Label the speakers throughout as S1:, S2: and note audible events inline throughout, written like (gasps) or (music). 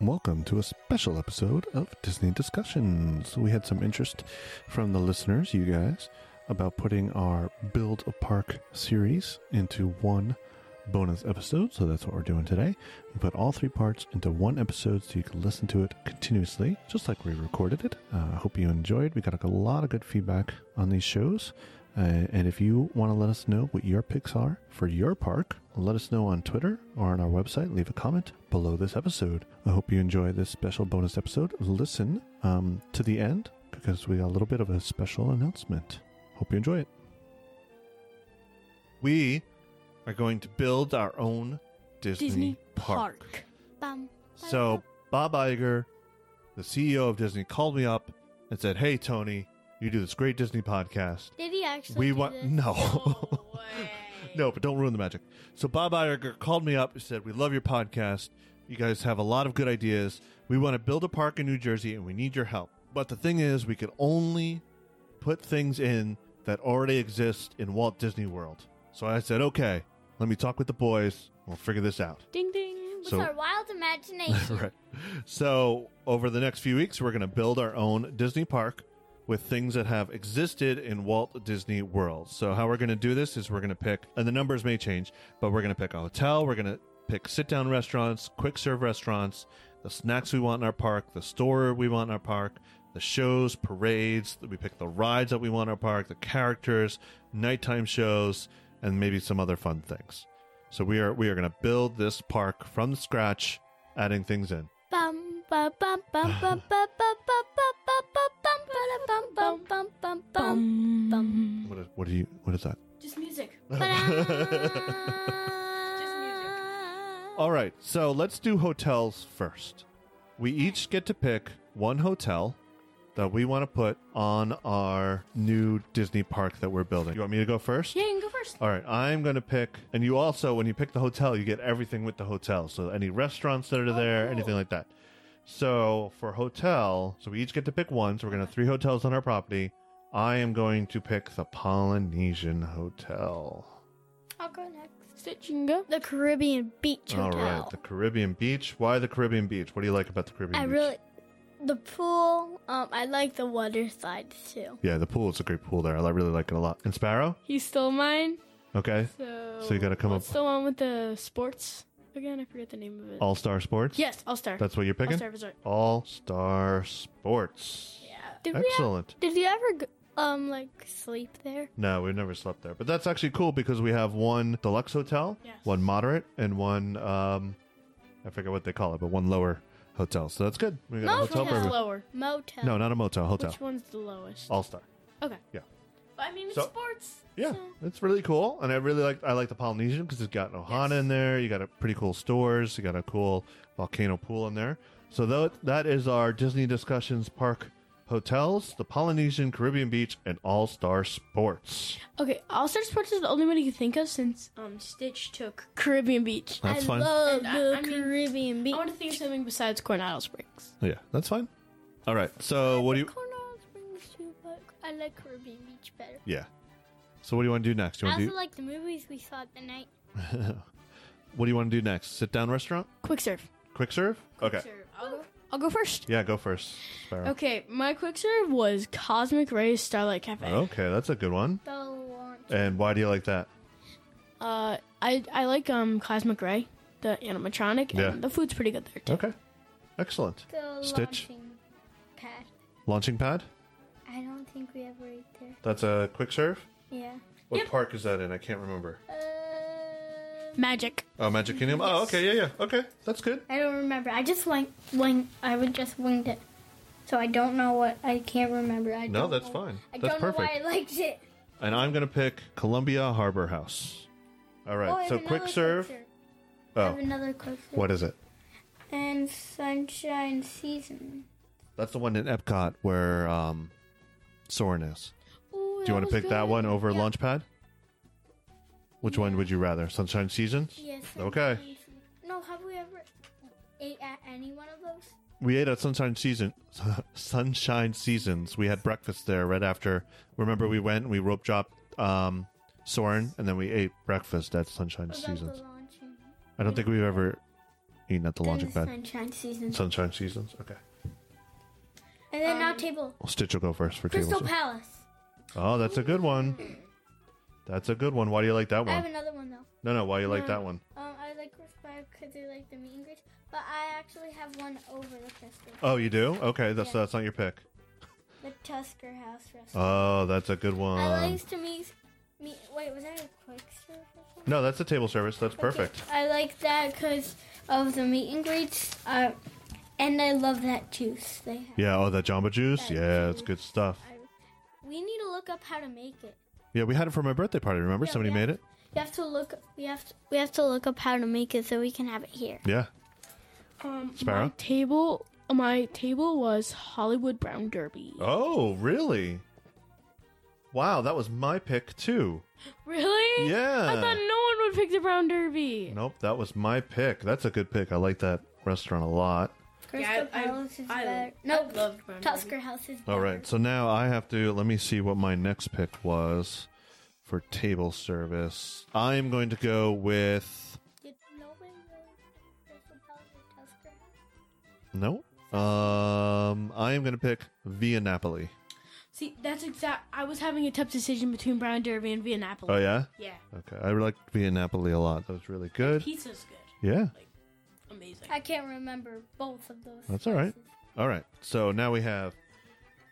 S1: Welcome to a special episode of Disney Discussions. We had some interest from the listeners, you guys, about putting our Build a Park series into one bonus episode. So that's what we're doing today. We put all three parts into one episode so you can listen to it continuously, just like we recorded it. Uh, I hope you enjoyed. We got a lot of good feedback on these shows. Uh, and if you want to let us know what your picks are for your park, let us know on Twitter or on our website. Leave a comment below this episode. I hope you enjoy this special bonus episode. Listen um, to the end because we got a little bit of a special announcement. Hope you enjoy it. We are going to build our own Disney, park.
S2: Bum, bum,
S1: So
S2: bum.
S1: Bob Iger, the CEO of Disney, called me up and said, "Hey Tony, you do this great Disney podcast.
S2: did he actually?
S1: we
S2: do
S1: want
S2: this?
S1: no, (laughs)
S2: No way.
S1: no, but don't ruin the magic." So Bob Iger called me up and said, "We love your podcast. You guys have a lot of good ideas. We want to build a park in New Jersey, and we need your help. But the thing is, we can only put things in that already exist in Walt Disney World." So I said, "Okay, let me talk with the boys. We'll figure this out."
S2: Ding ding. With
S1: So-
S2: our wild
S3: (laughs)
S2: imagination. (laughs)
S1: right. So, over the next few weeks, we're going to build our own Disney park with things that have existed in Walt Disney World. So, how we're going to do this is we're going to pick, and the numbers may change, but we're going to pick a hotel, we're going to pick sit down restaurants, quick serve restaurants, the snacks we want in our park, the store we want in our park, the shows, parades, we pick the rides that we want in our park, the characters, nighttime shows, and maybe some other fun things. So we are we are going to build this park from scratch, adding things in.
S2: Bum bum bum bum bum bum bum bum bum bum bum bum bum bum bum bum bum
S1: (laughs)
S2: bum.
S1: What is, what do you what is that?
S3: Just music.
S1: All right, so let's do hotels first. We each get to pick one hotel that we want to put on our new Disney park that we're building. You want me to go first?
S3: Yeah, you can go first.
S1: All right, I'm going to pick, and you also, when you pick the hotel, you get everything with the hotel. So any restaurants
S2: Oh,
S1: that are there, anything like that. So for hotel, so we each get to pick one. So we're going to have three hotels on our property. I am going to pick the Polynesian Hotel.
S2: I'll go next. Stitch, you can go. The Caribbean Beach
S1: All
S2: Hotel.
S1: right, the Caribbean Beach. Why the Caribbean Beach? What do you like about the Caribbean
S2: I
S1: Beach?
S2: really the pool. Um, I like the water slide too.
S1: yeah, the pool is a great pool there. I li- really like it a lot. And Sparrow?
S4: He stole mine.
S1: Okay.
S4: So
S1: So you gotta come
S4: what's
S1: up-
S4: the one with the sports again? I forget the name of it.
S1: All Star Sports?
S4: yes, All Star.
S1: Oh. That's what you're
S4: All
S1: picking?
S4: Star Resort.
S1: All Star Sports.
S2: Yeah. Did we? Have,
S1: Excellent.
S2: did you ever go, um like sleep there?
S1: No, we've never slept there. But that's actually cool because we have one deluxe hotel,
S4: Yes.
S1: one moderate, and one um I forget what they call it, but one lower hotel. So that's good. We
S2: Motel.
S1: got a hotel
S4: Which one's
S1: for everyone.
S4: lower?
S2: Motel.
S1: No, not a motel, hotel.
S4: Which one's the lowest?
S1: All star.
S4: Okay.
S1: Oh. Yeah.
S4: But, I mean, it's
S1: So-
S4: sports.
S1: Yeah, it's really cool, and I really like I like the Polynesian because it's got Ohana in there. You got a pretty cool stores. You got a cool volcano pool in there. So tho- that is our Disney discussions park hotels, the Polynesian, Caribbean Beach, and All Star Sports.
S4: Okay, All Star Sports is the only one you can think of since um Stitch took Caribbean Beach.
S1: That's
S2: I
S1: fine.
S2: love
S4: And I-
S2: the
S4: I mean-
S2: Caribbean
S4: I
S2: Beach.
S4: want to think of something besides Coronado Springs.
S1: yeah, that's fine. All right. So what do you?
S2: Coronado Springs too, but I like Caribbean Beach better.
S1: Yeah. So what do you want to do next? You
S2: I
S1: want to
S2: also
S1: do,
S2: like the movies we saw at the night.
S1: what do you want to do next? Sit down restaurant,
S4: Quick serve.
S1: quick serve. Okay.
S4: Sure, I'll go, I'll go first.
S1: Yeah, go first. Sparrow.
S4: Okay, my quick serve was Cosmic Rays Starlight Cafe.
S1: okay, that's a good one.
S2: The launch.
S1: And why do you like that?
S4: Uh, I I like um Cosmic Ray, the animatronic,
S1: Yeah.
S4: and the food's pretty good there too.
S1: Okay. Excellent.
S2: The
S1: Stitch.
S2: launching pad.
S1: Launching pad.
S2: I don't think we ever ate there.
S1: That's a quick serve.
S2: Yeah.
S1: What park is that in? I can't remember.
S2: Uh,
S4: Magic.
S1: Oh, Magic Kingdom. Oh, okay, yeah, yeah, okay, that's good.
S2: I don't remember. I just wing, wing. I would just winged it, so I don't know what. I can't remember. I
S1: No,
S2: don't
S1: that's
S2: know-
S1: fine.
S2: I
S1: That's
S2: don't know why I
S1: perfect.
S2: liked it.
S1: And I'm gonna pick Columbia Harbor House. All right,
S2: Oh, I have
S1: so
S2: another
S1: quick serve.
S2: quick I have
S1: Oh,
S2: another quick serve.
S1: what is it?
S2: And sunshine season.
S1: That's the one in Epcot where um, Soren is.
S4: Ooh,
S1: Do you want to pick that one over Launchpad? Which one would you rather? Sunshine Seasons.
S2: Yes.
S1: Okay.
S2: sunshine season. No, have we ever ate at any one of those?
S1: we ate at Sunshine Season, (laughs) Sunshine Seasons. We had breakfast there right after. Remember, we went and we rope dropped um, Soren, and then we ate breakfast at Sunshine
S3: Oh,
S2: What about
S1: Seasons.
S2: the launching?
S1: I don't think we've ever You're not the logic bad.
S3: Sunshine season.
S1: Sunshine Seasons. Okay.
S3: and then now table.
S1: Well, Stitch will go first for
S3: Crystal
S1: table. six.
S3: Palace.
S1: oh, that's a good one. That's a good one. Why do you like that
S3: I have
S1: one?
S3: another one though.
S1: No, no. Why you like that one?
S3: Um, I like Crystal Palace because I like the meet and greet, but I actually have one over the Crystal.
S1: Oh, you do? Okay, that's
S3: Yeah.
S1: that's not your pick.
S3: The Tusker House restaurant.
S1: Oh, that's a good one.
S3: I like to meet. meet wait, was that a quick serve or something?
S1: No, that's a table service. That's (laughs)
S3: Okay,
S1: perfect.
S3: I like that because of the meet and greets. Uh, and I love that juice they have.
S1: Yeah. Oh, that Jamba Juice.
S3: That
S1: Yeah, it's
S3: juice.
S1: good stuff.
S3: I, we need to look up how to make it.
S1: Yeah, we had it for my birthday party. Remember?
S3: Yeah,
S1: Somebody
S3: yeah.
S1: made it.
S3: You have to look. We have to. We have to look up how to make it so we can have it here.
S1: Yeah.
S4: Um,
S1: Sparrow?
S4: my table, my table was Hollywood Brown Derby.
S1: Oh, really? Wow, that was my pick too.
S4: Really?
S1: Yeah.
S4: I thought no one would pick the Brown Derby.
S1: Nope, that was my pick. That's a good pick. I like that restaurant a lot.
S3: Crystal
S5: I-
S3: Palace is
S5: I
S3: better.
S5: No,
S3: Nope.
S5: love Brown
S3: Tusker House is.
S1: All
S3: better.
S1: right, so now I have to let me see what my next pick was for table service. I am going to go with
S3: Did nobody know Crystal Palace or Tusker
S1: no.
S3: House?
S1: Um, I am going to pick Via Napoli.
S4: See, that's exact. I was having a tough decision between Brown Derby and Viennapoli.
S1: Oh yeah,
S4: Yeah.
S1: okay. I like Via Napoli a lot. That was really good.
S4: Pizza's good.
S1: Yeah,
S4: Amazing.
S3: I can't remember both of those.
S1: That's all right.
S3: places.
S1: All right. So now we have,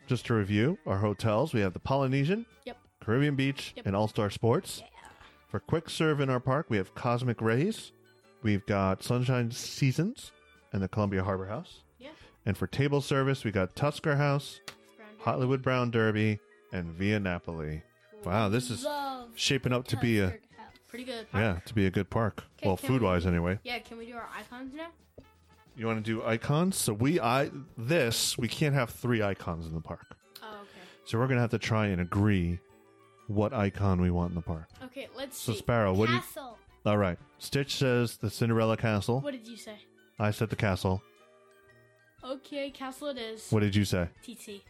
S1: just to review our hotels, we have the Polynesian,
S4: Yep.
S1: Caribbean Beach,
S4: Yep.
S1: and All Star Sports. For quick serve in our park, we have Cosmic Rays, we've got Sunshine Seasons, and the Columbia Harbor House.
S4: Yeah.
S1: And for table service, we got Tusker House,
S4: Brown Derby.
S1: Hollywood Brown Derby, and Via Napoli. Wow, this is
S3: Love
S1: shaping up to be a
S3: Tusker House.
S4: Pretty good.
S1: yeah to be a good park.
S4: Okay,
S1: well,
S4: can
S1: food wise,
S4: we-
S1: anyway.
S4: Yeah. Can we do our icons now?
S1: You want to do icons? So we I this we can't have three icons in the park.
S4: Oh, okay.
S1: So we're gonna have to try and agree what icon we want in the park.
S4: Okay. Let's
S1: So
S4: see.
S1: Sparrow, what do you?
S3: Castle.
S1: All right, Stitch says the Cinderella Castle.
S4: What did you say?
S1: I said the castle.
S4: Okay, castle it is.
S1: What did you say?
S4: TT.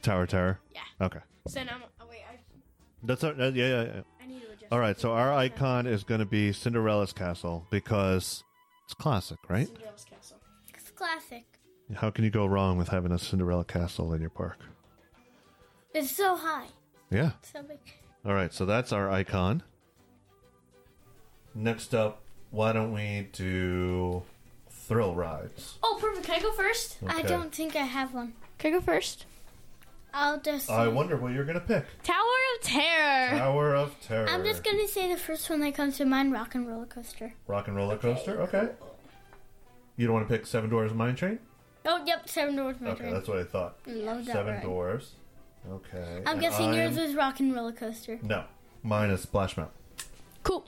S1: Tower Terror.
S4: Yeah.
S1: Okay,
S4: So now, oh, wait. I,
S1: that's all, uh, yeah, yeah, yeah.
S4: I need to adjust.
S1: All right, so our icon is gonna be Cinderella's Castle because it's classic, right?
S4: Cinderella's castle.
S3: It's classic.
S1: How can you go wrong with having a Cinderella Castle in your park?
S3: It's so high.
S1: Yeah.
S3: So big.
S1: All right, so that's our icon. Next up, why don't we do thrill rides?
S4: Oh, perfect. Can I go first?
S3: I don't think I have one.
S4: Can I go first?
S3: I'll just.
S1: I wonder what you're gonna pick.
S4: Tower of Terror.
S1: Tower of Terror.
S3: I'm just gonna say the first one that comes to mind: Rock and Roller Coaster.
S1: Rock and Roller Coaster. Okay. You don't want to pick Seven Doors Mine Train?
S3: Oh, yep, Seven Doors My
S1: Okay,
S3: Dream.
S1: that's what I thought.
S3: Love that
S1: Seven
S3: ride.
S1: Doors. Okay.
S3: I'm
S1: and
S3: guessing yours
S1: I'm-
S3: was Rock and Roller Coaster.
S1: No, mine is Splash Mountain.
S4: Cool.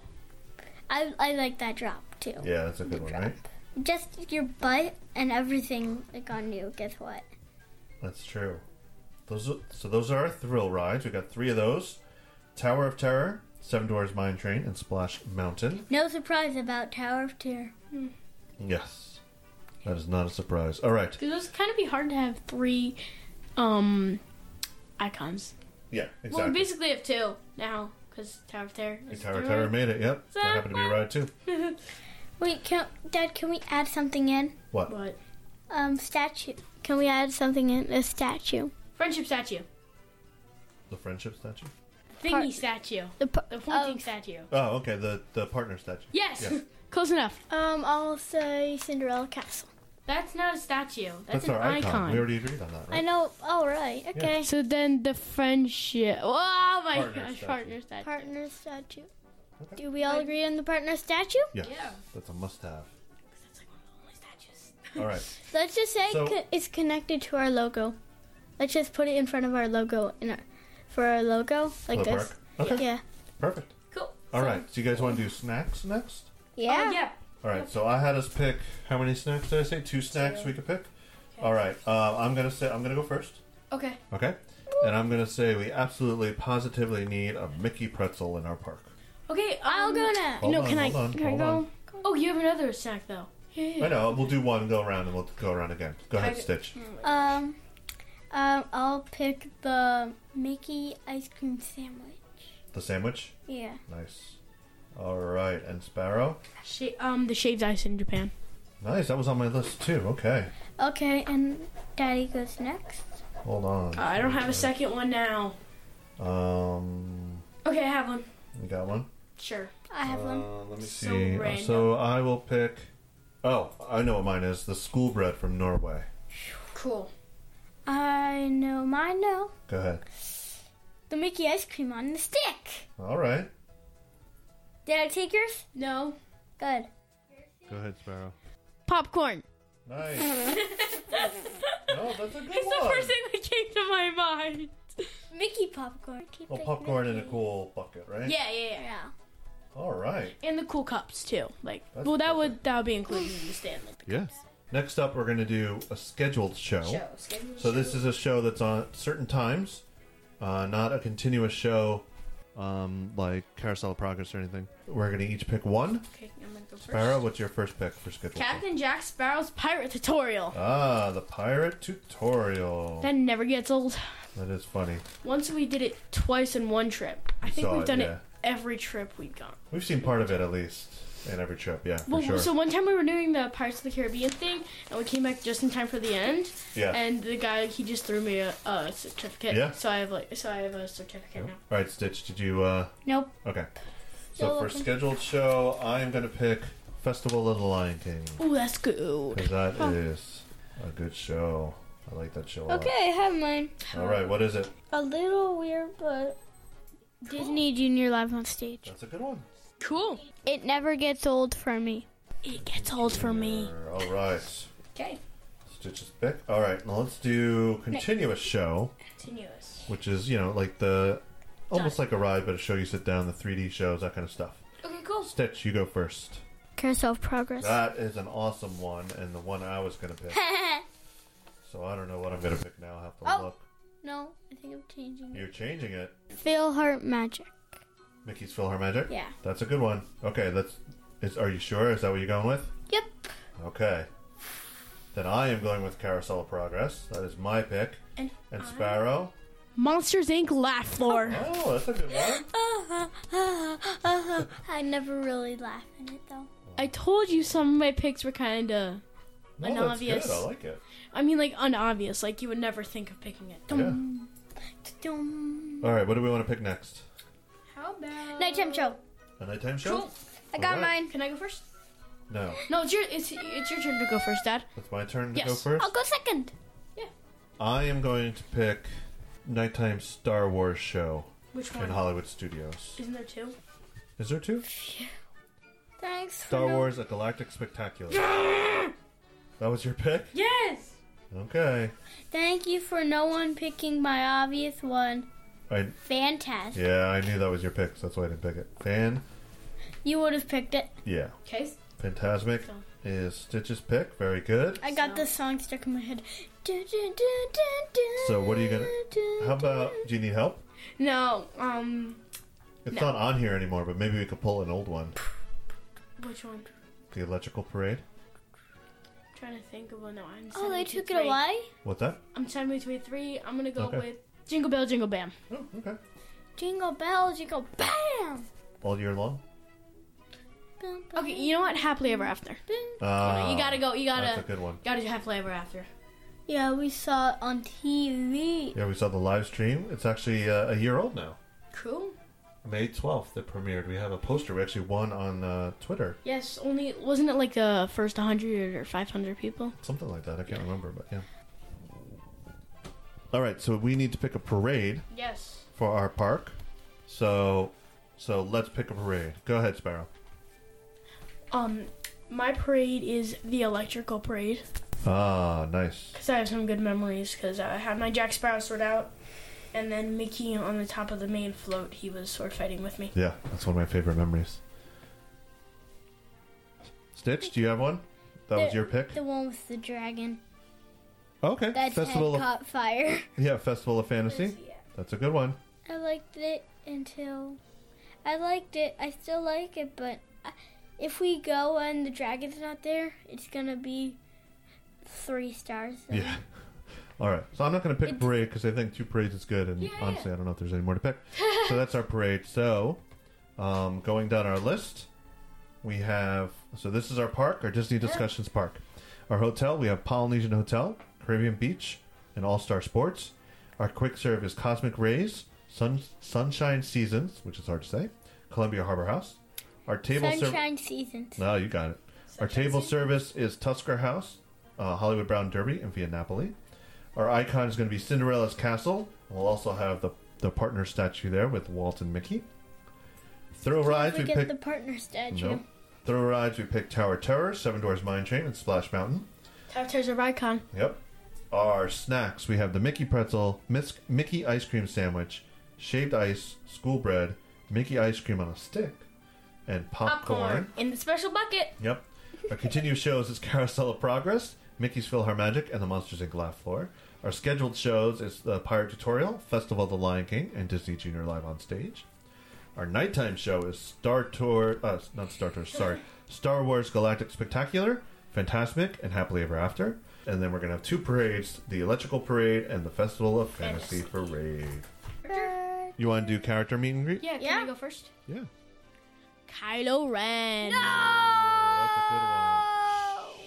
S3: I I like that drop too.
S1: Yeah, that's a good one, right?
S3: Just your butt and everything like on you. Guess what?
S1: That's true. Those are, so those are our thrill rides. We got three of those: Tower of Terror, Seven Doors Mine Train, and Splash Mountain.
S3: No surprise about Tower of Terror.
S1: Yes, that is not a surprise. All right.
S4: Because it's kind of be hard to have three, um, icons.
S1: Yeah,
S4: Well, we
S1: exactly.
S4: basically have two now because Tower of Terror. is
S1: Tower of
S4: through.
S1: Terror made it. Yep, that
S4: that
S1: happened to be a ride too.
S3: Wait, can Dad? Can we add something in?
S1: What?
S4: But
S3: Um, statue. Can we add something in? A statue.
S4: friendship statue,
S1: The friendship statue?
S4: thingy
S3: Part-
S4: statue,
S3: The, p- um,
S4: the pointing
S3: of-
S4: statue.
S1: Oh, okay. The the partner statue.
S4: Yes,
S1: Yeah.
S4: close enough.
S3: Um, I'll say Cinderella Castle.
S4: That's not a statue. (laughs) That's, an
S1: our icon.
S4: icon.
S1: We already agreed on that,
S3: I
S1: right?
S3: know. All right. Okay.
S4: So then the friendship. Oh my
S1: Partner
S4: gosh,
S1: statue.
S4: partner statue.
S3: Partner statue.
S1: Okay.
S3: Do we all agree on the partner statue?
S1: Yes,
S4: Yeah.
S1: that's a must-have.
S4: That's like one of the only statues.
S1: All right.
S4: (laughs)
S3: Let's just say
S1: So-
S3: co- it's connected to our logo. Let's just put it in front of our logo in our, for our logo like
S1: Hello,
S3: this.
S1: Park. Okay.
S3: Yeah.
S1: Perfect.
S4: Cool.
S1: All right. So you guys want to do snacks next?
S3: Yeah.
S4: Oh, yeah.
S1: All right, so I had us pick how many snacks did I say? Two snacks we could pick. All right, uh, I'm gonna say I'm gonna go first.
S4: Okay.
S1: Okay, and I'm gonna say we absolutely positively need a Mickey pretzel in our park.
S4: Okay.
S3: I'll
S4: um,
S3: go next.
S1: Hold
S4: No,
S1: on,
S4: can I?
S1: hold on,
S4: can I
S1: hold
S4: go?
S1: on.
S4: Oh, you have another snack though.
S1: I know. We'll do one, go around, and we'll go around again. Go ahead,
S4: I-
S1: Stitch.
S3: Um, um, I'll pick the Mickey ice cream sandwich.
S1: The sandwich.
S3: Yeah.
S1: Nice. All right, and Sparrow.
S4: Sha- um, the shaved ice in Japan.
S1: Nice. That was on my list too. Okay.
S3: Okay, and Daddy goes next.
S1: Hold on.
S4: Uh, I don't have a second one now.
S1: Um,
S4: Okay, I have one.
S1: you got one.
S4: Sure.
S3: I have one.
S1: Uh, let me
S4: So
S1: see. Uh, So,
S4: random.
S1: I will pick. Oh, I know what mine is. The school bread from Norway.
S4: Cool.
S1: Uh.
S3: I know mine now.
S1: Go ahead.
S3: The Mickey ice cream on the stick.
S1: All right.
S3: Did I take yours?
S4: No.
S3: Good.
S1: Go ahead, Sparrow.
S4: Popcorn. (laughs)
S1: Nice. no, that's a good
S4: It's the
S1: one.
S4: first thing that came to my mind.
S3: Mickey popcorn. Keep
S1: Well,
S3: it
S1: popcorn in a
S3: Mickey.
S1: cool bucket, right?
S4: (laughs) Yeah, yeah, yeah.
S3: Yeah.
S1: All right.
S4: And the cool cups too. Like,
S1: That's
S4: well, that
S1: perfect.
S4: would that would be included in the stand. Like, the
S1: Yes. Next up, we're going to do a scheduled show. So this is a show that's on at certain times, uh, not a continuous show, um, like Carousel of Progress or anything. We're going to each pick one.
S4: Okay, I'm gonna go first.
S1: Farah, what's your first pick for scheduled? show?
S4: Captain Jack Sparrow's pirate tutorial.
S1: Ah, the pirate tutorial.
S4: That never gets old.
S1: That is funny.
S4: Once we did it twice in one trip. I think
S1: Saw
S4: we've
S1: it,
S4: done
S1: yeah.
S4: it every trip we've gone.
S1: We've seen part of it at least in every trip, yeah, for
S4: Well,
S1: sure.
S4: so one time we were doing the Pirates of the Caribbean thing, and we came back just in time for the end.
S1: Yeah.
S4: And the guy he just threw me a, a certificate.
S1: Yeah.
S4: So I have like so I have a certificate now.
S1: All right, Stitch, did you? uh
S3: Nope.
S1: Okay. So
S3: You're
S1: for
S3: welcome.
S1: scheduled show, I'm gonna pick Festival of the Lion King
S4: Oh, that's good.
S1: because that is a good show. I like that show a lot.
S3: Okay, I have mine.
S1: All right, what is it?
S3: A little weird, but Disney Junior live on stage.
S1: That's a good one.
S4: Cool.
S3: It never gets old for me.
S4: It gets old for me.
S1: Sure. All right,
S4: Okay.
S1: Stitch's pick. All right, now let's do continuous show,
S4: Continuous.
S1: which is you know like the almost like a ride, but a show you sit down, the 3D shows, that kind of stuff.
S4: Okay, cool.
S1: Stitch, you go first.
S3: Carousel of Progress.
S1: That is an awesome one, and the one I was gonna pick. So I don't know what I'm gonna pick now. I have to
S3: Oh.
S1: look.
S3: (laughs) no, I think I'm changing it.
S1: You're changing it.
S3: Philheart Magic.
S1: Mickey's PhilharMagic.
S3: Yeah.
S1: That's a good one. Okay, that's. Is, are you sure? Is that what you're going with?
S3: Yep.
S1: Okay. Then I am going with Carousel of Progress. That is my pick.
S4: And
S3: Ah.
S1: And Sparrow.
S4: Monsters Inc. laugh floor.
S1: Oh, that's a
S3: (gasps)
S1: good one.
S3: uh-huh, I never really laugh in it though.
S4: I told you some of my picks were kind of.
S1: No,
S4: An
S1: that's
S4: obvious-
S1: good. I like it.
S4: I mean, like unobvious. Like you would never think of picking it.
S1: Yeah.
S3: Dum.
S1: All right. What do we want to pick next?
S4: How about
S3: Nighttime show.
S1: A nighttime show?
S4: Cool.
S3: I got
S1: All right.
S3: mine.
S4: Can I go first?
S1: No,
S4: No, it's your it's it's your turn to go first, Dad.
S1: it's my turn to
S4: Yes.
S1: go first.
S3: I'll go second.
S1: I am going to pick nighttime Star Wars show
S4: Which
S1: in Hollywood Studios.
S4: Isn't there two?
S1: Is there two?
S3: Thanks. for
S1: Star
S3: no-
S1: Wars: A Galactic Spectacular. that was your pick.
S4: Yes.
S1: Okay.
S3: Thank you for no one picking my obvious one.
S1: I
S3: Fantastic.
S1: yeah, I knew that was your pick, so that's why I didn't pick it. Fan,
S3: You would have picked it.
S1: yeah.
S4: Okay.
S1: Fantasmic is Stitch's pick. Very good.
S3: I got
S4: So-
S3: this song stuck in my head. Du- du- du- du- du-
S1: So what are you gonna-
S3: du-
S1: How about?
S3: du-
S1: Do you need help?
S4: No. Um.
S1: It's
S4: No.
S1: not on here anymore, but maybe we could pull an old one.
S4: Which one?
S1: The Electrical Parade.
S4: I'm trying to think of one. No, I'm.
S3: Oh, they
S4: deciding
S3: took
S4: between
S3: it
S4: three.
S3: away?
S1: What's that?
S4: I'm time between three. I'm gonna go
S1: Okay.
S4: with Jingle Bell, Jingle Bam.
S1: Oh, okay.
S3: Jingle bells, you go bam!
S1: All year long.
S3: Bum, bum,
S4: Okay. You know what? Happily ever after.
S3: bum.
S1: Ah,
S4: you gotta go. You
S1: That's a
S4: gotta.
S1: good one.
S4: Gotta do happily ever after.
S3: Yeah, we saw it on TV.
S1: Yeah, we saw the live stream. It's actually uh, a year old now.
S4: Cool.
S1: May 12th, it premiered. We have a poster. We actually won on uh, Twitter.
S4: Yes. Only wasn't it like the first 100 or 500 people?
S1: Something like that. I can't remember, but yeah. All right, so we need to pick a parade
S4: Yes.
S1: for our park. So, so let's pick a parade. Go ahead, Sparrow.
S4: Um, my parade is the electrical parade
S1: Ah, nice.
S4: because I have some good memories because I had my Jack Sparrow sword out, and then Mickey on the top of the main float, he was sword fighting with me.
S1: Yeah, that's one of my favorite memories. Stitch, do you have one? That was
S3: The-
S1: your pick.
S3: The one with the dragon.
S1: Okay,
S3: That
S1: festival
S3: head
S1: of
S3: caught fire. (laughs)
S1: yeah, festival of fantasy. That's a good one.
S3: I liked it until. I liked it. I still like it, but I, if we go and the dragon's not there, it's gonna be three stars.
S1: Yeah. (laughs) All right. So I'm not going to pick
S3: It's-
S1: parade because I think two parades is good, and honestly, I don't know if there's any more to pick. so that's our parade. So, um, going down our list, we have so this is our park, our Disney Discussions Park. Our hotel, we have Polynesian Hotel, Caribbean Beach, and All Star Sports. Our quick serve is Cosmic Rays, Sun, Sunshine Seasons, which is hard to say, Columbia Harbor House. Our table service.
S3: Sunshine seasons.
S1: No, you got it. Our table service is Tusker House, uh, Hollywood Brown Derby, and Via Napoli. Our icon is going to be Cinderella's Castle. We'll also have the, the partner statue there with Walt and Mickey. Thrill rides,
S3: we
S1: we
S3: get
S1: picked.
S3: the partner statue.
S1: No. Thrill rides, we picked Tower Terror, Seven Doors Mine Train, and Splash Mountain.
S4: Tattoos of Icon.
S1: Yep. Our snacks, we have the Mickey pretzel, Mis- Mickey ice cream sandwich, shaved ice, school bread, Mickey ice cream on a stick, and popcorn.
S4: In the special bucket.
S1: Yep. Our continued shows is Carousel of Progress, Mickey's PhilharMagic, and the Monsters Inc. Laugh Floor. Our scheduled shows is the Pirate Tutorial, Festival of the Lion King, and Disney Junior Live on Stage. Our nighttime show is Star Tour, uh, not Star Tour, sorry, Star Wars Galactic Spectacular, Fantasmic, and Happily Ever After. And then we're going to have two parades, the Electrical Parade and the Festival of Fantasy Parade. You want to do character meet and greet?
S4: Yeah, can
S3: Yeah.
S4: I go first?
S1: Yeah.
S2: Kylo Ren.
S1: That's a good one.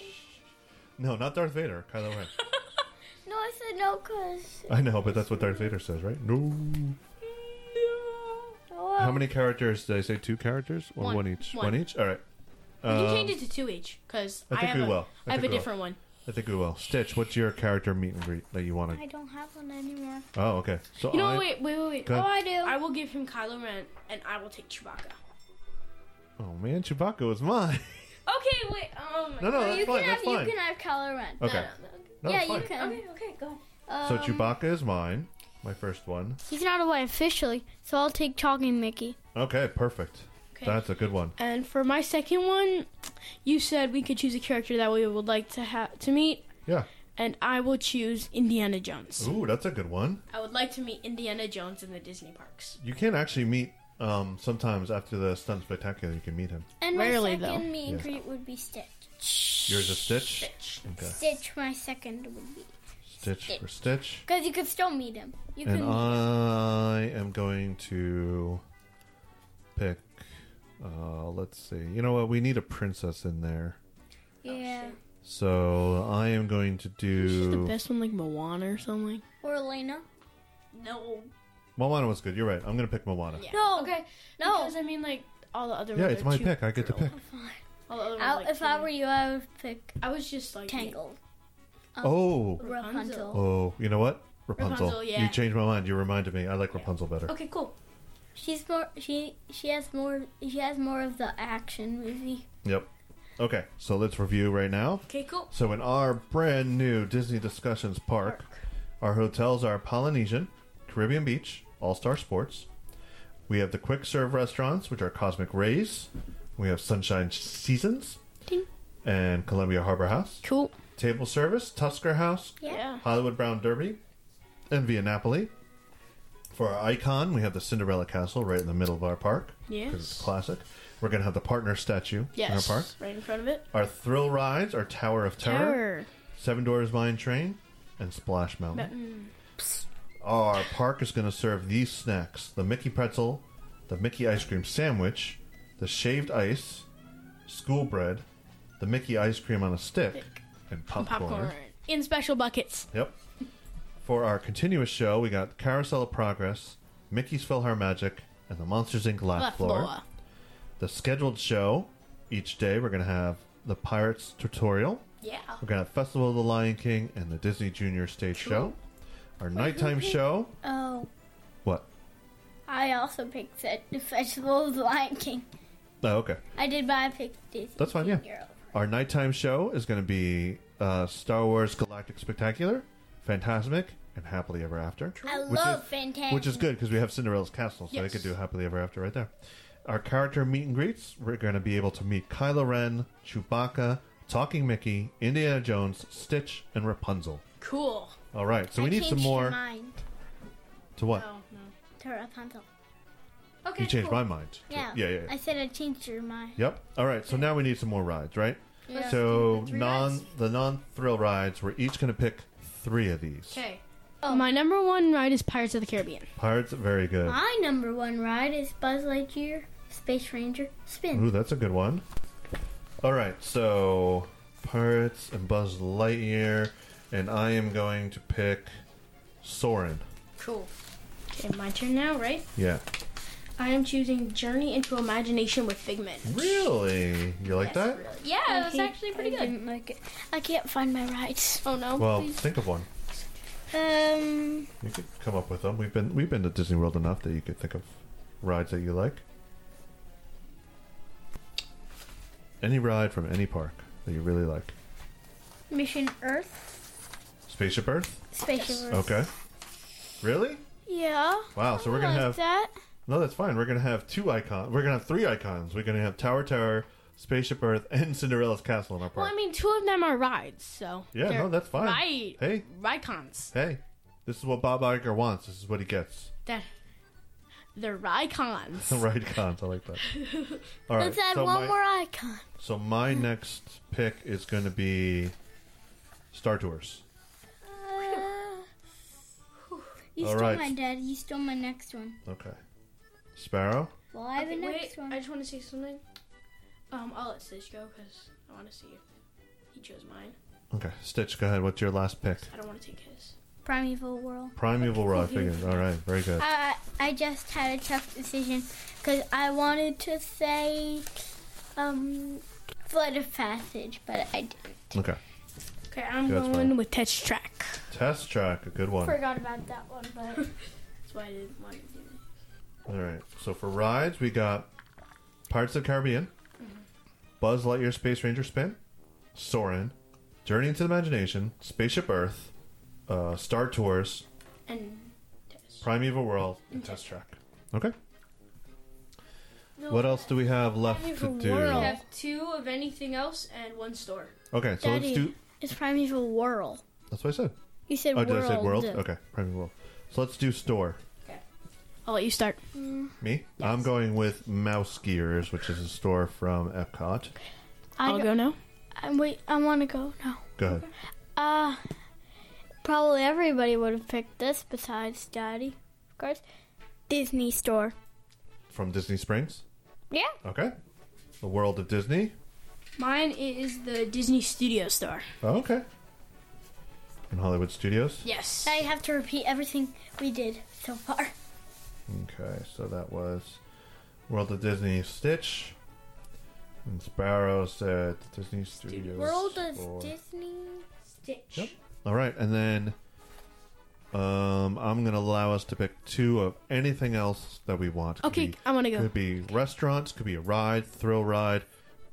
S1: No, not Darth Vader, Kylo Ren.
S3: No, I said no because.
S1: I know, but that's what Darth Vader says, right? No.
S3: oh,
S1: How many characters did I say? Two characters or one,
S2: One.
S1: each? One,
S2: One.
S1: each. All right.
S2: you
S1: Um,
S2: change it to two each, because
S1: I
S2: I,
S1: think
S2: have
S1: we
S2: a,
S1: will. I
S2: I have a
S1: think we will.
S2: different one.
S1: I think we will. Stitch, what's your character meet and greet that you want to?
S3: I don't have one anymore.
S1: Oh, okay. So
S4: You know,
S1: I,
S4: what, wait, wait, wait, wait.
S1: Go ahead.
S3: Oh, I do.
S4: I will give him Kylo Ren, and I will take Chewbacca.
S1: oh man, Chewbacca was mine. (laughs)
S4: Okay, wait. Oh my
S1: no, no,
S4: god.
S1: that's
S3: you
S1: fine.
S3: can have
S1: That's fine.
S3: you can have Kylo Ren.
S1: Okay. No,
S3: yeah,
S1: it's
S3: you
S1: fine.
S3: can.
S4: Okay, okay, go.
S1: So
S3: Um,
S1: Chewbacca is mine, my first one.
S3: He's not away officially, so I'll take Talking Mickey.
S1: Okay, perfect.
S4: Okay.
S1: That's a good one.
S4: And for my second one, you said we could choose a character that we would like to have to meet,
S1: Yeah.
S4: and I will choose Indiana Jones.
S1: Ooh, that's a good one.
S4: I would like to meet Indiana Jones in the Disney parks.
S1: You can actually meet. Um, sometimes after the stunt spectacular, you can meet him.
S3: And
S4: Rarely,
S3: my second
S4: though.
S3: meet and
S1: Yeah.
S3: greet would be Stitch.
S1: Yours is Stitch.
S4: Bitch.
S1: Okay.
S3: Stitch, my second would be.
S1: Stitch for Stitch.
S3: Because you could still meet him. You
S1: And
S3: can.
S1: I am going to pick. Uh, let's see. You know what? We need a princess in there.
S4: Oh,
S3: yeah.
S1: So I am going to
S4: She's the
S1: do.
S4: best one, like Moana or something.
S3: or Elena.
S4: No.
S1: Moana was good. You're right. I'm going to pick Moana.
S4: Yeah.
S3: No.
S4: Okay.
S3: No.
S4: Because I mean, like all the other.
S1: Yeah,
S4: ones
S1: it's
S4: are
S1: my
S4: too
S1: pick. I get to
S4: girly.
S1: pick.
S4: All the other ones,
S3: I,
S4: like,
S3: if I
S4: too-
S3: were you, I would pick
S4: I was just like
S3: Tangled.
S1: Oh,
S3: Rapunzel.
S1: oh. You know what? Rapunzel.
S4: Rapunzel, yeah. Oh.
S1: You changed my mind. You reminded me. I like Rapunzel better.
S4: Okay, cool.
S3: She's more. She she has more. She has more of the action movie.
S1: Yep. Okay. So let's review right now.
S4: Okay, cool.
S1: So in our brand new Disney Discussions Park, our hotels are Polynesian, Caribbean Beach, All Star Sports. We have the quick serve restaurants, which are Cosmic Rays. We have Sunshine Seasons
S4: Ding.
S1: and Columbia Harbor House.
S4: Cool.
S1: Table service, Tusker House,
S4: Yeah.
S1: Hollywood Brown Derby, and Via Napoli. For our icon, we have the Cinderella Castle right in the middle of our park.
S4: Yes.
S1: 'cause It's a classic. We're going to have the partner statue in our
S4: Yes.
S1: park.
S4: Right in front of it.
S1: Our thrill rides are Tower of Terror. Seven Doors Mine Train, and Splash Mountain. Our park is going to serve these snacks the Mickey pretzel, the Mickey ice cream sandwich, the shaved ice, school bread, the Mickey ice cream on a stick, and popcorn.
S4: Popcorn. In special buckets.
S1: (laughs) Yep. For our continuous show, we got Carousel of Progress, Mickey's PhilharMagic, and the Monsters Inc. Laugh,
S4: Left
S1: Floor.
S4: floor.
S1: The scheduled show each day, we're going to have the Pirates Tutorial,
S4: Yeah.
S1: we're gonna have Festival of the Lion King and the Disney Junior Stage Show. Our nighttime show.
S3: Oh,
S1: What?
S3: I also picked that the Festival of the Lion King.
S1: Oh, okay.
S3: I did, but I picked Disney.
S1: That's fine, yeah.
S3: Junior.
S1: Our nighttime show is gonna be uh, Star Wars Galactic Spectacular, Fantasmic, and Happily Ever After.
S3: I
S1: Which
S3: love
S1: is-
S3: Fantastic.
S1: Which is good because we have Cinderella's Castle, so they
S4: Yes.
S1: could do Happily Ever After right there. Our character meet and greets. We're gonna be able to meet Kylo Ren, Chewbacca, Talking Mickey, Indiana Jones, Stitch, and Rapunzel.
S4: Cool.
S1: All right, so we
S3: I
S1: need some
S3: changed
S1: more.
S3: your Mind
S1: To what?
S4: Oh no.
S3: to Rapunzel.
S4: Okay.
S1: you changed
S4: cool.
S1: my mind. to-
S3: Yeah.
S1: Yeah. Yeah. yeah.
S3: I said I changed your mind.
S1: Yep. All right. So now we need some more rides, right?
S3: Yeah.
S1: So
S4: three
S1: non
S4: rides?
S1: the non thrill rides. We're each going to pick three of these.
S4: Okay.
S3: Oh.
S4: My number one ride is Pirates of the Caribbean.
S1: Pirates, very
S4: Uh-huh.
S1: good.
S3: My number one ride is Buzz Lightyear, Space Ranger, Spin.
S1: Ooh, that's a good one. All right, so Pirates and Buzz Lightyear, and I am going to pick Soren.
S4: Cool. Okay, my turn now, right?
S1: Yeah.
S4: I am choosing Journey into Imagination with Figment.
S1: Really? You like that?
S2: Yeah, it was
S3: hate-
S2: actually pretty
S3: I
S2: good.
S3: didn't like it. I can't find my rides.
S2: Oh no.
S1: Well, think of one.
S3: Um,
S1: You could come up with them. We've been we've been to Disney World enough that you could think of rides that you like. Any ride from any park that you really like.
S3: Mission Earth,
S1: Spaceship Earth?
S3: Spaceship Earth.
S1: Okay. Really?
S3: Yeah.
S1: Wow, so we're gonna
S3: I
S1: have
S3: like that.
S1: No, that's fine. We're gonna have two icons. We're gonna have three icons. We're gonna have Tower Terror, Spaceship Earth, and Cinderella's Castle in our
S5: Well,
S1: park.
S5: I mean, two of them are rides, so
S1: yeah,
S5: they're
S1: no, that's fine.
S5: Right,
S1: Hey,
S5: Rikons.
S1: hey, this is what Bob Iger wants. This is what he gets. (laughs)
S5: They're they're Rikons.
S1: The right cons. I like
S3: (laughs)
S1: that. All right.
S3: Let's add
S1: so
S3: one
S1: my,
S3: more (laughs) icon.
S1: So my next pick is going to be Star Tours.
S3: You
S1: All
S3: stole
S1: right.
S3: my dad. You stole my next one.
S1: Okay. Sparrow.
S3: Well, I have a next one.
S4: I just want to say something. Um, I'll let Sis go because I want to see if he chose mine.
S1: Okay. Stitch. Go ahead. What's your last pick?
S4: I don't want to take his.
S3: Primeval World.
S1: Primeval Rock.
S4: (laughs)
S1: Figures. All right. Very good.
S3: I I just had a tough decision because I wanted to say, um, Flood of Passage, but I didn't.
S1: Okay.
S4: Okay, I'm
S1: That's
S4: going
S1: fine.
S4: with Tetch Track.
S1: Test track. A good one.
S3: Forgot about that one, but
S4: That's why I didn't want to do that.
S1: All right. So for rides, we got Pirates of the Caribbean,
S4: Mm-hmm.
S1: Buzz Lightyear Space Ranger Spin, Soren, Journey into the Imagination, Spaceship Earth, uh, Star Tours,
S4: And
S1: Primeval World, and
S4: Mm-hmm.
S1: Test Track. Okay. What else do we have left
S4: Primeval
S1: to do?
S4: World. We have two of anything else and one store.
S1: Okay, so
S3: Daddy.
S1: let's do.
S3: (laughs) it's Primeval World.
S1: That's what I said.
S3: You said
S1: Oh,
S3: world.
S1: did I say world? Okay, Primeval World. So let's do store.
S5: I'll let you start.
S1: Me? I'm going with Mouse Gears, which is a store from Epcot.
S5: I'll go now.
S3: I, wait, I want to go now.
S1: Go ahead.
S3: Uh, probably everybody would have picked this besides Daddy, of course. Disney Store.
S1: From Disney Springs?
S3: Yeah.
S1: Okay. The world of Disney?
S4: Mine is the Disney Studio Store.
S1: Oh, okay. In Hollywood Studios?
S4: Yes.
S3: I have to repeat everything we did so far.
S1: Okay, so that was World of Disney Stitch. And Sparrow said Disney Studios.
S3: World of
S1: store.
S3: Disney Stitch.
S1: Yep. All right, and then um, I'm going to allow us to pick two of anything else that we want. Could
S5: Okay,
S1: be-
S5: I want to go.
S1: could be restaurants, could be a ride, thrill ride,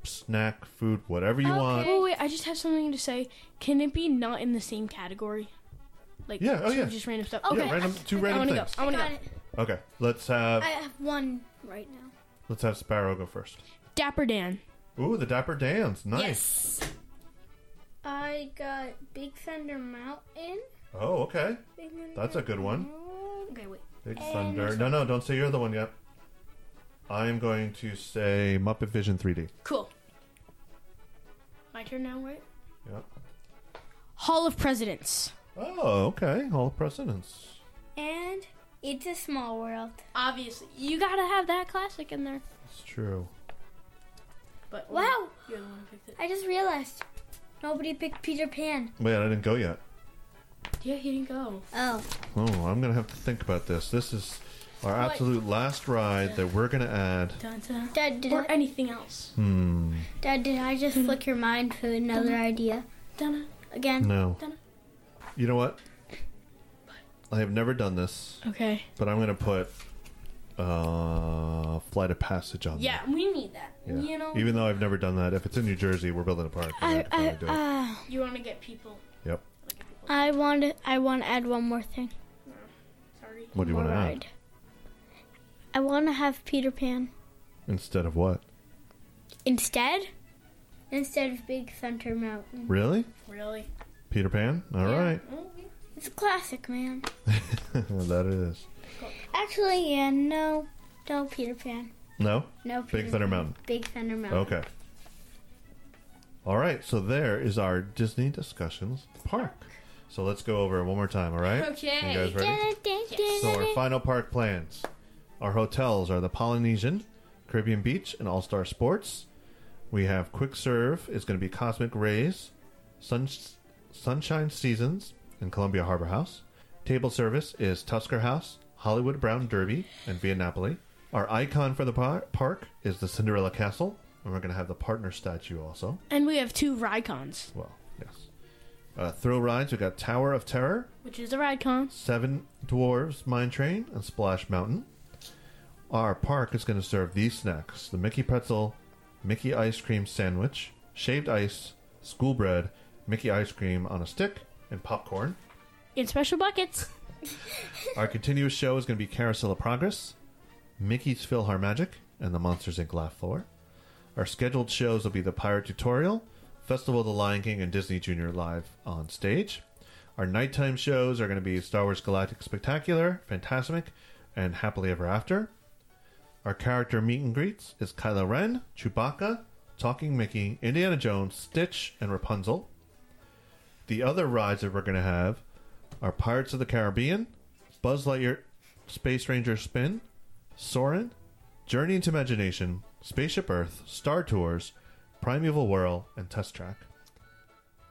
S1: snack, food, whatever you want.
S5: Oh wait, I just have something to say. Can it be not in the same category? Like
S1: Yeah, oh,
S5: two
S1: yeah.
S5: just random stuff.
S1: Yeah,
S5: Okay,
S1: random two
S5: I
S1: random
S5: want to go.
S1: things.
S5: I want to go.
S1: Okay, let's have
S3: I have one right now.
S1: let's have Sparrow go first.
S5: Dapper Dan.
S1: Ooh, the Dapper Dan's nice.
S3: I got Big Thunder Mountain.
S1: Oh, okay,
S3: Big Thunder
S1: that's a good one.
S3: Mountain.
S4: Okay, wait.
S1: Big Thunder. No, no, don't say you're the one yet. I am going to say Muppet Vision 3D.
S4: Cool. My turn now, right?
S1: Yep.
S5: Hall of Presidents.
S1: Oh, okay. All precedence.
S3: And It's a Small World.
S4: Obviously.
S5: You gotta have that classic in there.
S1: It's true.
S4: But oh,
S3: Wow!
S4: You're the one who picked it.
S3: I just realized nobody picked Peter Pan.
S1: Wait, I didn't go yet.
S4: Yeah, he didn't go.
S3: Oh.
S1: Oh, I'm gonna have to think about this. This is our absolute last ride that we're gonna add.
S4: Dun, dun.
S3: Dad, did
S4: Or
S3: I,
S4: anything else.
S1: Hmm.
S3: Dad, did I just flick your mind for another idea?
S4: Dun,
S3: Again?
S1: No. You know what? I have never done this,
S5: Okay.
S1: but I'm gonna put uh, Flight of Passage on.
S4: Yeah, we need that.
S1: there.
S4: You know,
S1: Even though I've never done that, if it's in New Jersey, we're building a park. We're
S3: I,
S1: gonna
S3: I,
S1: definitely do it.
S3: uh,
S4: you want to get people.
S1: Yep.
S4: Like people.
S3: I want to, I want to add one more thing.
S4: Sorry.
S1: What do you want to add
S3: Ride. I want to have Peter Pan.
S1: instead of what?
S3: Instead? Instead of Big Thunder
S4: Mm.
S3: Mountain.
S1: Really?
S4: Really?
S1: Peter Pan? All right, (laughs)
S3: It's a classic, man.
S1: that it is.
S3: Actually, yeah, no. No Peter Pan.
S1: No,
S3: No Peter
S1: Thunder
S3: Pan.
S1: Mountain.
S3: Big Thunder Mountain.
S1: Okay. All right, so there is our Disney discussions park. So let's go over it one more time, all right?
S4: Okay.
S1: You guys ready? So our final park plans. Our hotels are the Polynesian, Caribbean Beach, and All Star Sports. We have Quick Serve is going to be Cosmic Rays, Sun- Sunshine Seasons, and Columbia Harbor House. Table service is Tusker House, Hollywood Brown Derby, and Via Napoli. Our icon for the par- park is the Cinderella Castle, and we're going to have the partner statue also.
S5: And we have two Rykons,
S1: Well, yes. Uh, thrill rides, we got Tower of Terror,
S5: which is the Rykons.
S1: Seven Dwarves Mine Train, and Splash Mountain. Our park is going to serve these snacks the Mickey Pretzel, Mickey Ice Cream Sandwich, Shaved Ice, School Bread, Mickey Ice Cream on a Stick, and popcorn.
S5: In special buckets.
S1: Our continuous show is going to be Carousel of Progress, Mickey's Philhar Magic, and the Monsters Inc. Laugh Floor. Our scheduled shows will be the Pirate Tutorial, Festival of the Lion King, and Disney Junior Live on stage. Our nighttime shows are going to be Star Wars Galactic Spectacular, Fantasmic, and Happily Ever After. Our character meet and greets is Kylo Ren, Chewbacca, Talking Mickey, Indiana Jones, Stitch, and Rapunzel. The other rides that we're going to have are Pirates of the Caribbean, Buzz Lightyear, Space Ranger Spin, Soren, Journey into Imagination, Spaceship Earth, Star Tours, Primeval Whirl, and Test Track.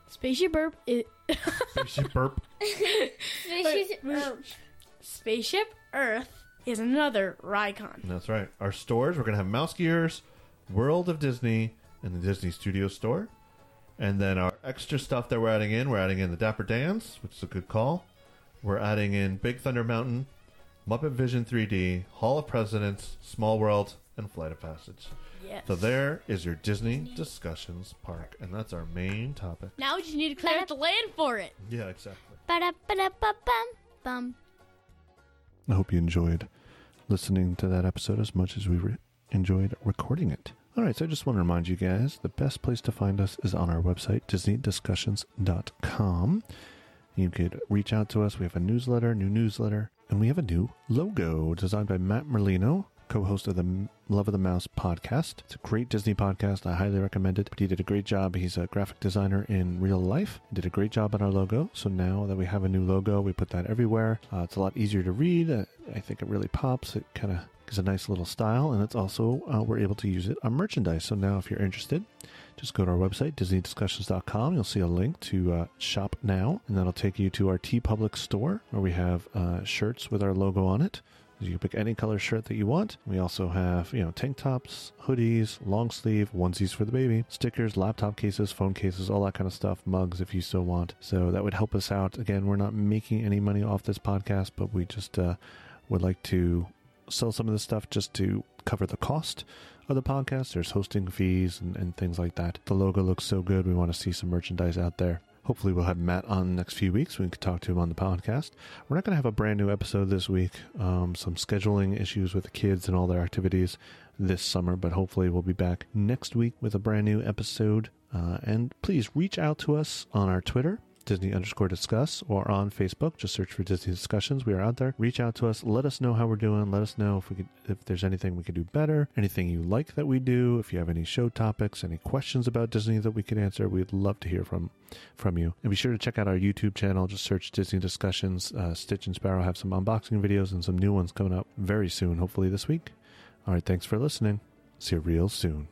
S5: Spaceship Earth. Is,
S1: Spaceship Burp.
S3: Fishes- oh,
S5: Spaceship Earth is another Rykon.
S1: (laughs) That's right. Our stores, we're going to have Mouse Gears, World of Disney, and the Disney Studio Store. And then our extra stuff that we're adding in, we're adding in the Dapper Dance, which is a good call. We're adding in Big Thunder Mountain, Muppet Vision 3D, Hall of Presidents, Small World, and Flight of Passage.
S5: Yes.
S1: So there is your Disney Discussions Park, and that's our main topic.
S5: Now we just need to clear out the land for it.
S1: Yeah, exactly.
S2: Ba-da-ba-da-ba-bum-bum.
S1: I hope you enjoyed listening to that episode as much as we re- enjoyed recording it. All right, so I just want to remind you guys the best place to find us is on our website, DisneyDiscussions.com. You could reach out to us. We have a newsletter, new newsletter, and we have a new logo designed by Matt Merlino, co host of the M- Love of the Mouse podcast. It's a great Disney podcast. I highly recommend it. But he did a great job. He's a graphic designer in real life. He did a great job on our logo. So now that we have a new logo, we put that everywhere. Uh, it's a lot easier to read. Uh, I think it really pops. It kind of gives a nice little style. And it's also, uh, we're able to use it on merchandise. So now if you're interested, just go to our website disneydiscussions.com you'll see a link to uh, shop now and that'll take you to our t public store where we have uh, shirts with our logo on it you can pick any color shirt that you want we also have you know tank tops hoodies long sleeve onesies for the baby stickers laptop cases phone cases all that kind of stuff mugs if you so want so that would help us out again we're not making any money off this podcast but we just uh, would like to sell some of this stuff just to cover the cost of the podcast. There's hosting fees and, and things like that. The logo looks so good. We want to see some merchandise out there. Hopefully, we'll have Matt on the next few weeks. We can talk to him on the podcast. We're not going to have a brand new episode this week. Um, some scheduling issues with the kids and all their activities this summer, but hopefully, we'll be back next week with a brand new episode. Uh, and please reach out to us on our Twitter Disney underscore discuss or on Facebook. Just search for Disney discussions. We are out there. Reach out to us. Let us know how we're doing. Let us know if we could, if there's anything we could do better, anything you like that we do. If you have any show topics, any questions about Disney that we could answer, we'd love to hear from from you. And be sure to check out our YouTube channel. Just search Disney discussions. Uh, Stitch and Sparrow have some unboxing videos and some new ones coming up very soon. Hopefully this week. All right. Thanks for listening. See you real soon.